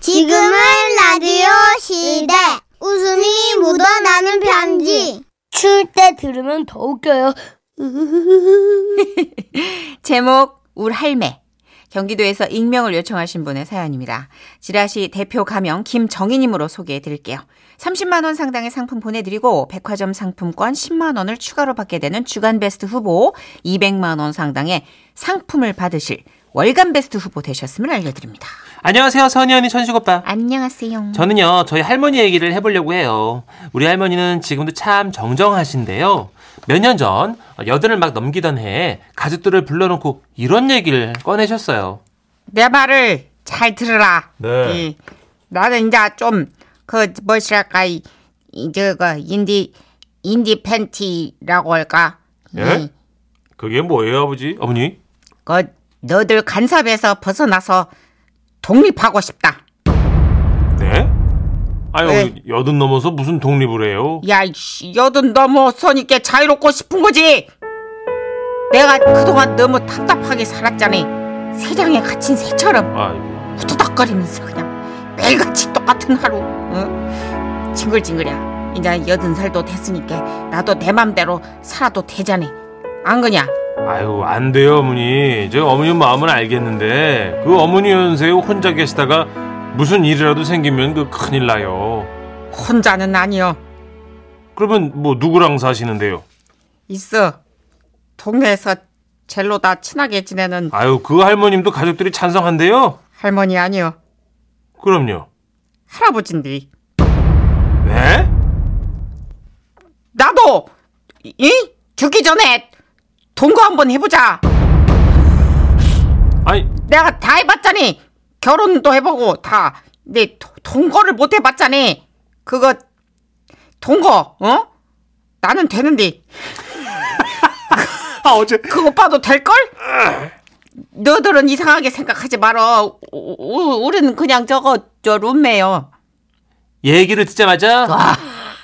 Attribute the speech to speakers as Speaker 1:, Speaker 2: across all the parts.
Speaker 1: 지금은 라디오 시대. 웃음이 묻어나는 편지.
Speaker 2: 추울 때 들으면 더 웃겨요.
Speaker 3: 제목 울 할매 경기도에서 익명을 요청하신 분의 사연입니다. 지라시 대표 가명 김정희님으로 소개해 드릴게요. 30만 원 상당의 상품 보내드리고 백화점 상품권 10만 원을 추가로 받게 되는 주간 베스트 후보 200만 원 상당의 상품을 받으실 월간 베스트 후보 되셨음을 알려드립니다.
Speaker 4: 안녕하세요, 선희 언니, 천식 오빠.
Speaker 3: 안녕하세요.
Speaker 4: 저는요, 저희 할머니 얘기를 해보려고 해요. 우리 할머니는 지금도 참 정정하신데요. 몇 년 전, 여든을 막 넘기던 해에 가족들을 불러놓고 이런 얘기를 꺼내셨어요.
Speaker 3: 내 말을 잘 들으라.
Speaker 4: 네.
Speaker 3: 이, 나는 이제 좀 그 뭐랄까 이, 이 저거 인디 인디 팬티라고 할까?
Speaker 4: 예?
Speaker 3: 이,
Speaker 4: 그게 뭐예요, 아버지? 어머니?
Speaker 3: 그 너들 간섭에서 벗어나서 독립하고 싶다.
Speaker 4: 네? 아유,
Speaker 3: 네.
Speaker 4: 여든 넘어서 무슨 독립을 해요?
Speaker 3: 야, 이씨, 여든 너무 선있게 자유롭고 싶은 거지. 내가 그동안 너무 답답하게 살았잖니. 세상에 갇힌 새처럼
Speaker 4: 아이고.
Speaker 3: 후두덕거리면서 그냥 매일같이 똑같은 하루. 응? 징글징글이야. 이제 여든 살도 됐으니까 나도 내 맘대로 살아도 되잖니. 안 그냐?
Speaker 4: 아유 안 돼요 어머니 저 어머니 마음은 알겠는데 그 어머니 연세에 혼자 계시다가 무슨 일이라도 생기면 그 큰일 나요
Speaker 3: 혼자는 아니여.
Speaker 4: 그러면 뭐 누구랑 사시는데요
Speaker 3: 있어. 동네에서 젤로 다 친하게 지내는
Speaker 4: 아유 그 할머님도 가족들이 찬성한대요
Speaker 3: 할머니 아니여.
Speaker 4: 그럼요
Speaker 3: 할아버진디.
Speaker 4: 네?
Speaker 3: 나도 이 죽기 전에 동거 한번 해보자.
Speaker 4: 아니
Speaker 3: 내가 다 해봤자니 결혼도 해보고 다. 근데 도- 동거를 못 해봤자니 그거 동거 어? 나는 되는데
Speaker 4: 아 어제
Speaker 3: 그 오빠도 될 걸? 너들은 이상하게 생각하지 말어. 우- 우- 우리는 그냥 저거 저 룸메요.
Speaker 4: 얘기를 듣자마자
Speaker 3: 어?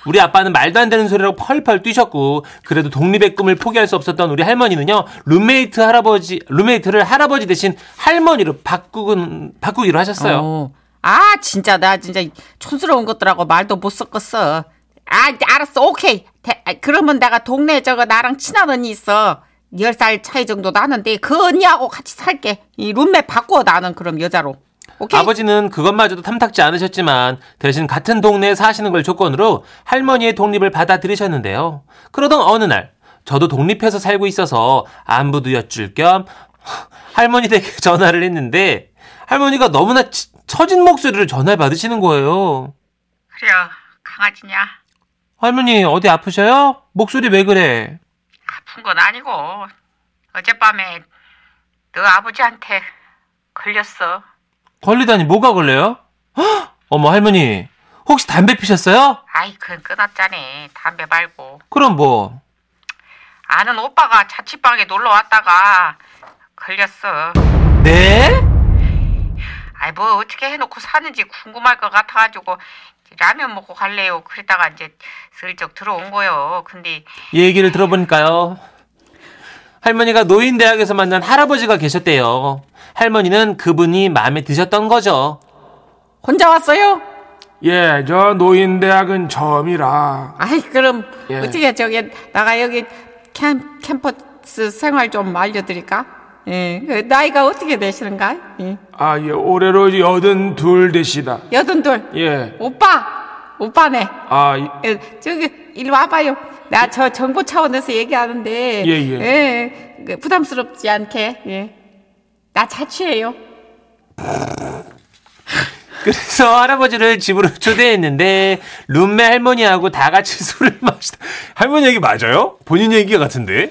Speaker 4: 우리 아빠는 말도 안 되는 소리라고 펄펄 뛰셨고 그래도 독립의 꿈을 포기할 수 없었던 우리 할머니는요 룸메이트 할아버지 룸메이트를 할아버지 대신 할머니로 바꾸군 바꾸기로 하셨어요
Speaker 3: 어. 아 진짜 나 진짜 촌스러운 것들하고 말도 못 섞었어. 아 이제 알았어 오케이. 대- 아, 그러면 내가 동네 에 저거 나랑 친한 언니 있어. 10살 차이 정도 나는데 그 언니하고 같이 살게. 이 룸메 바꿔 나는 그럼 여자로. 오케이.
Speaker 4: 아버지는 그것마저도 탐탁지 않으셨지만 대신 같은 동네에 사시는 걸 조건으로 할머니의 독립을 받아들이셨는데요. 그러던 어느 날 저도 독립해서 살고 있어서 안부도 여쭐 겸 할머니 댁에 전화를 했는데 할머니가 너무나 치- 처진 목소리를 전화를 받으시는 거예요.
Speaker 3: 그래 강아지냐?
Speaker 4: 할머니 어디 아프셔요? 목소리 왜 그래?
Speaker 3: 아픈 건 아니고 어젯밤에 너 아버지한테 걸렸어.
Speaker 4: 걸리다니 뭐가 걸려요? 헉! 어머 할머니 혹시 담배 피셨어요?
Speaker 3: 아이 그건 끊었자니 담배 말고.
Speaker 4: 그럼 뭐
Speaker 3: 아는 오빠가 자취방에 놀러 왔다가 걸렸어.
Speaker 4: 네?
Speaker 3: 아이 뭐 어떻게 해놓고 사는지 궁금할 것 같아가지고 라면 먹고 갈래요. 그러다가 이제 슬쩍 들어온 거요. 근데
Speaker 4: 얘기를 들어보니까요. 할머니가 노인대학에서 만난 할아버지가 계셨대요. 할머니는 그분이 마음에 드셨던 거죠.
Speaker 3: 혼자 왔어요?
Speaker 5: 예, 저 노인대학은 처음이라.
Speaker 3: 아이 그럼
Speaker 5: 예.
Speaker 3: 어떻게 저기 나가 여기 캠, 캠퍼스 생활 좀 알려드릴까? 예, 그 나이가 어떻게 되시는가? 예.
Speaker 5: 아, 예, 올해로 여든 둘 되시다.
Speaker 3: 여든둘
Speaker 5: 예,
Speaker 3: 오빠 오빠네
Speaker 5: 아, 이-
Speaker 3: 예, 저기 이리 와봐요. 나 저 정보 차원에서 얘기하는데
Speaker 5: 예, 예.
Speaker 3: 예, 그 부담스럽지 않게 예. 나 자취해요.
Speaker 4: 그래서 할아버지를 집으로 초대했는데 룸메 할머니하고 다 같이 술을 마시다. 할머니 얘기 맞아요? 본인 얘기 같은데?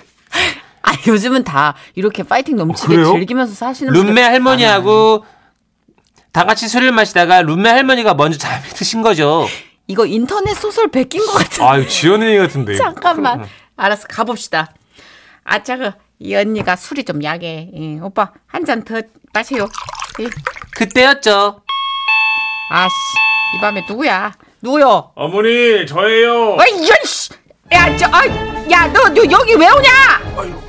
Speaker 6: 아 요즘은 다 이렇게 파이팅 넘치게
Speaker 4: 어, 그래요?
Speaker 6: 즐기면서 사시는
Speaker 4: 룸메 할머니하고 다 같이 술을 마시다가 룸메 할머니가 먼저 잠이 드신 거죠.
Speaker 6: 이거 인터넷 소설 베낀 것 같은
Speaker 4: 아유 지연 얘기 같은데.
Speaker 6: 잠깐만
Speaker 3: 알았어 가봅시다. 아차 그이 언니가 술이 좀 약해. 예, 오빠 한 잔 더 마세요. 예.
Speaker 4: 그때였죠.
Speaker 3: 아씨 이 밤에 누구야? 누구요?
Speaker 5: 어머니, 저예요.
Speaker 3: 어이 이씨 야저야너 너 여기 왜 오냐?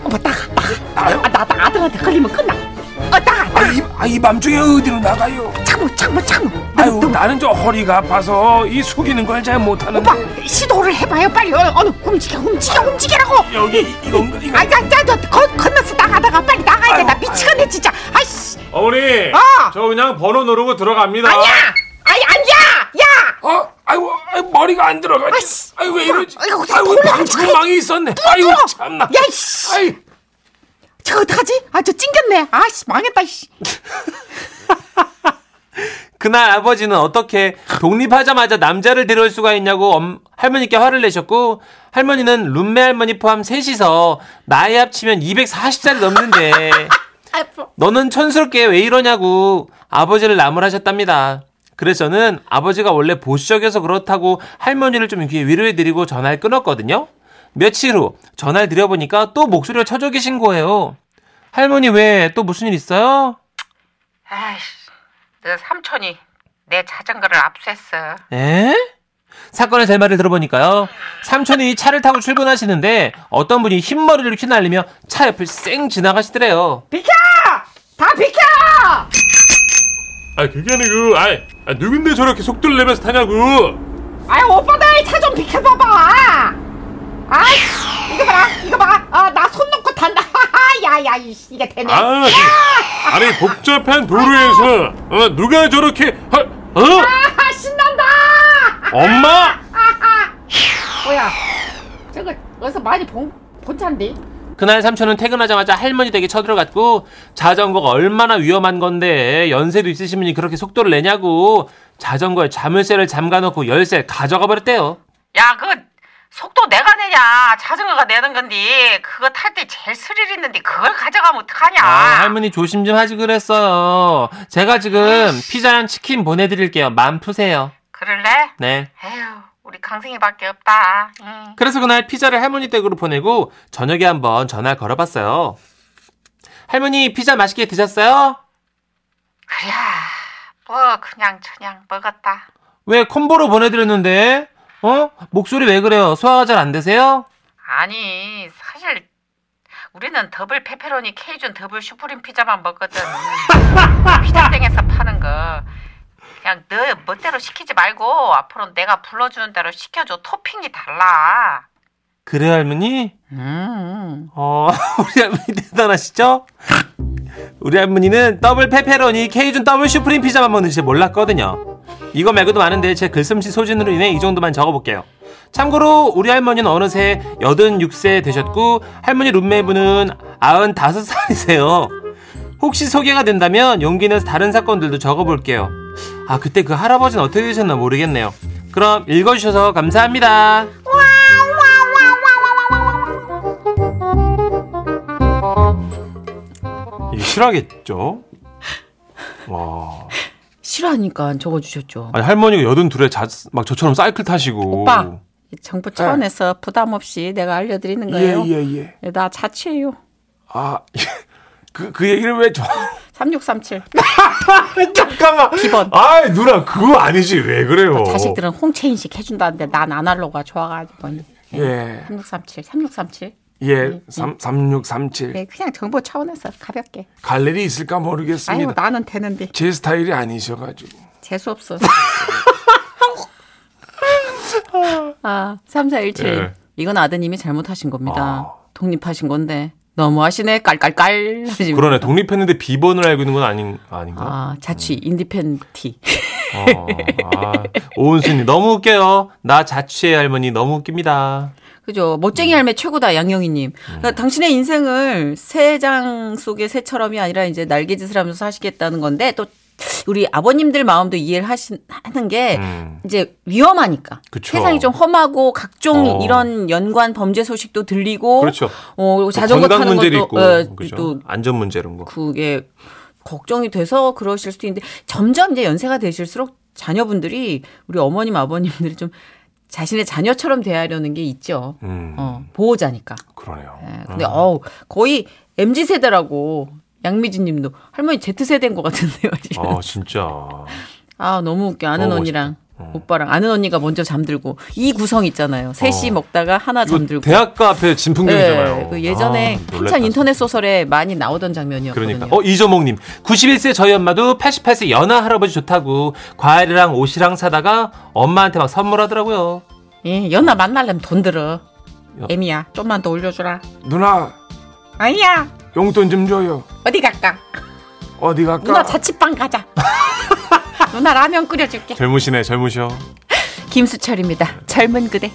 Speaker 3: 오빠 나가 나가 아, 나, 나 아들한테 걸리면 끝나.
Speaker 7: 거다.
Speaker 5: 아, 이, 아, 이 밤중에 어디로 나가요?
Speaker 7: 참어, 참어, 참어.
Speaker 5: 아유, 나는 저 허리가 아파서 이 숙이는 걸 잘 못하는데.
Speaker 7: 오빠 시도를 해봐요 빨리 어, 어느 움직여 움직여 움직이라고
Speaker 5: 여기 이- 이건 이거.
Speaker 7: 아이 나나 건너서 나가다가 빨리 나가야 돼 나
Speaker 5: 아유,
Speaker 7: 미치겠네 진짜 아이씨
Speaker 1: 어머니,
Speaker 7: 아!
Speaker 1: 저 그냥 번호 누르고 들어갑니다.
Speaker 7: 아니야 아이 아니야 야
Speaker 5: 아, 아이고, 아이고, 머리가 안 들어가지.
Speaker 7: 아이씨.
Speaker 5: 아이고 왜 이러지?
Speaker 7: 아이고,
Speaker 5: 아이고
Speaker 7: 돌려,
Speaker 5: 방충망이 있었네. 아이고
Speaker 7: 뚫어.
Speaker 5: 참나.
Speaker 7: 야, 이씨.
Speaker 5: 아이,
Speaker 7: 저 어떡하지 아 저 찡겼네 아씨 망했다 씨
Speaker 4: 그날 아버지는 어떻게 독립하자마자 남자를 데려올 수가 있냐고 엄- 할머니께 화를 내셨고 할머니는 룸메 할머니 포함 셋이서 나이 합치면 240살이 넘는데 너는 촌스럽게 왜 이러냐고 아버지를 나무라셨답니다. 그래서 저는 아버지가 원래 보수적이어서 그렇다고 할머니를 좀 이렇게 위로해드리고 전화를 끊었거든요. 며칠 후 전화를 드려보니까 또 목소리가 처져계신 거예요. 할머니 왜 또 무슨 일 있어요?
Speaker 7: 아이씨 내 삼촌이 내 자전거를 압수했어
Speaker 4: 에? 사건의 젤말을 들어보니까요. 삼촌이 차를 타고 출근하시는데 어떤 분이 흰머리를 휘날리며 차 옆을 쌩 지나가시더래요.
Speaker 7: 다 비켜
Speaker 1: 아, 그게 아니고, 아, 아 누군데 저렇게 속도를 내면서 타냐고.
Speaker 7: 아이 오빠들 차 좀 비켜봐봐 아이씨 이거 봐라 이거 봐 아 나 손 놓고 탄다 야야 이게 되네
Speaker 1: 아, 아니 복잡한 도로에서 어, 누가 저렇게, 하, 어?
Speaker 7: 아 신난다
Speaker 1: 엄마?
Speaker 7: 뭐야 저거 어디서 많이 본 본차인데
Speaker 4: 그날 삼촌은 퇴근하자마자 할머니 댁에 쳐들어갔고 자전거가 얼마나 위험한 건데 연세도 있으신 분이 그렇게 속도를 내냐고 자전거에 자물쇠를 잠가놓고 열쇠 가져가 버렸대요.
Speaker 8: 야, 그 속도 내가 내냐? 자전거가 내는 건데 그거 탈 때 제일 스릴 있는데 그걸 가져가면 어떡하냐?
Speaker 4: 아, 할머니 조심 좀 하지 그랬어요. 제가 지금 피자랑 치킨 보내드릴게요. 맘 푸세요.
Speaker 8: 그럴래?
Speaker 4: 네.
Speaker 8: 에휴, 우리 강생이밖에 없다. 응.
Speaker 4: 그래서 그날 피자를 할머니 댁으로 보내고 저녁에 한번 전화 걸어봤어요. 할머니 피자 맛있게 드셨어요?
Speaker 8: 그래, 뭐 그냥 저냥 먹었다.
Speaker 4: 왜 콤보로 보내드렸는데? 어? 목소리 왜 그래요? 소화가 잘 안 되세요?
Speaker 8: 아니, 사실 우리는 더블 페페로니 케이준 더블 슈프림 피자만 먹거든. 피자땡에서 파는 거. 그냥 너 멋대로 시키지 말고 앞으로 내가 불러주는 대로 시켜줘. 토핑이 달라.
Speaker 4: 그래 할머니? 어, 우리 할머니 대단하시죠? 우리 할머니는 더블 페페로니 케이준 더블 슈프림 피자만 먹는지 몰랐거든요. 이거 말고도 많은데 제 글솜씨 소진으로 인해 이 정도만 적어볼게요. 참고로 우리 할머니는 어느새 86세 되셨고 할머니 룸메분은 95살이세요. 혹시 소개가 된다면 용기 내서 다른 사건들도 적어볼게요. 아 그때 그 할아버지는 어떻게 되셨나 모르겠네요. 그럼 읽어주셔서 감사합니다.
Speaker 1: 이거 실화겠죠? 와,
Speaker 3: 싫어하니까 적어주셨죠.
Speaker 1: 아니 할머니가 여든 둘에 자, 막 저처럼 사이클 타시고.
Speaker 3: 오빠. 정부
Speaker 1: 네.
Speaker 3: 차원에서 부담 없이 내가 알려드리는 거예요.
Speaker 5: 예, 예, 예.
Speaker 3: 나 자취해요.
Speaker 5: 아, 그, 그 얘기를 왜 저.
Speaker 3: 3637.
Speaker 1: 잠깐만.
Speaker 3: 기본.
Speaker 1: 아, 누나 그거 아니지 왜 그래요?
Speaker 3: 자식들은 홍채인식 해준다는데 난 아날로그가 좋아가지고.
Speaker 5: 예,
Speaker 3: 3637, 3637.
Speaker 5: 예, 삼, 삼육삼칠.
Speaker 3: 음, 네, 그냥 정보 차원에서 가볍게.
Speaker 5: 갈 일이 있을까 모르겠습니다.
Speaker 3: 아유, 나는 되는데.
Speaker 5: 제 스타일이 아니셔가지고.
Speaker 3: 재수없어. 아, 3417.
Speaker 1: 예. 아.
Speaker 3: 이건 아드님이 잘못하신 겁니다. 독립하신 건데. 너무하시네. 깔깔깔. 하시고.
Speaker 1: 그러네 독립했는데 비번을 알고 있는 건 아닌 아닌가?
Speaker 3: 아,
Speaker 1: 음.
Speaker 3: 자취, 인디펜티.
Speaker 4: 어, 아, 오은수님 너무 웃겨요. 나 자취의 할머니 너무 웃깁니다.
Speaker 3: 그죠.
Speaker 1: 음.
Speaker 3: 멋쟁이 할매 최고다, 양영희님. 그러니까 당신의 인생을 새장 속의 새처럼이 아니라 이제 날개짓을 하면서 사시겠다는 건데 또 우리 아버님들 마음도 이해를 하신, 하는 게
Speaker 1: 음.
Speaker 3: 이제 위험하니까.
Speaker 1: 그쵸.
Speaker 3: 세상이 좀 험하고 각종
Speaker 1: 어.
Speaker 3: 이런 연관 범죄 소식도 들리고.
Speaker 1: 그렇죠.
Speaker 3: 어,
Speaker 1: 또
Speaker 3: 자전거
Speaker 1: 건강
Speaker 3: 타는 것도
Speaker 1: 문제도 있고,
Speaker 3: 예,
Speaker 1: 그죠?
Speaker 3: 또
Speaker 1: 안전 문제 이런 거.
Speaker 3: 그게 걱정이 돼서 그러실 수도 있는데 점점 이제 연세가 되실수록 자녀분들이 우리 어머님 아버님들이 좀 자신의 자녀처럼 대하려는 게 있죠.
Speaker 1: 음,
Speaker 3: 어, 보호자니까.
Speaker 1: 그러네요.
Speaker 3: 예,
Speaker 9: 아.
Speaker 3: 근데 어우 거의 MZ 세대라고 양미진 님도
Speaker 9: 아.
Speaker 3: 할머니 Z 세대인 것 같은데요. 지금.
Speaker 1: 아 진짜.
Speaker 3: 아, 너무 웃겨. 아는
Speaker 1: 너무
Speaker 3: 언니랑
Speaker 9: 어.
Speaker 3: 오빠랑 아는 언니가 먼저 잠들고 이 구성 있잖아요. 셋이
Speaker 9: 어.
Speaker 3: 먹다가 하나
Speaker 9: 이거
Speaker 3: 잠들고.
Speaker 9: 대학가 앞에 진풍경이잖아요.
Speaker 3: 네, 그 예전에
Speaker 9: 아, 놀랬다,
Speaker 3: 한창 인터넷
Speaker 9: 진짜.
Speaker 3: 소설에 많이 나오던 장면이었거든요.
Speaker 9: 그러니까.
Speaker 4: 어, 이조목님. 91세 저희 엄마도 88세 연하 할아버지 좋다고 과일이랑 옷이랑 사다가 엄마한테 막 선물하더라고요.
Speaker 3: 예, 연나 만나려면 돈 들어. 애미야, 좀만 더 올려주라.
Speaker 5: 누나
Speaker 3: 아니야,
Speaker 5: 용돈 좀 줘요.
Speaker 3: 어디 갈까?
Speaker 5: 어디
Speaker 3: 누나
Speaker 5: 갈까?
Speaker 3: 자취방 가자. 누나 라면 끓여줄게.
Speaker 9: 젊으시네, 젊으셔.
Speaker 3: 김수철입니다. 젊은 그대.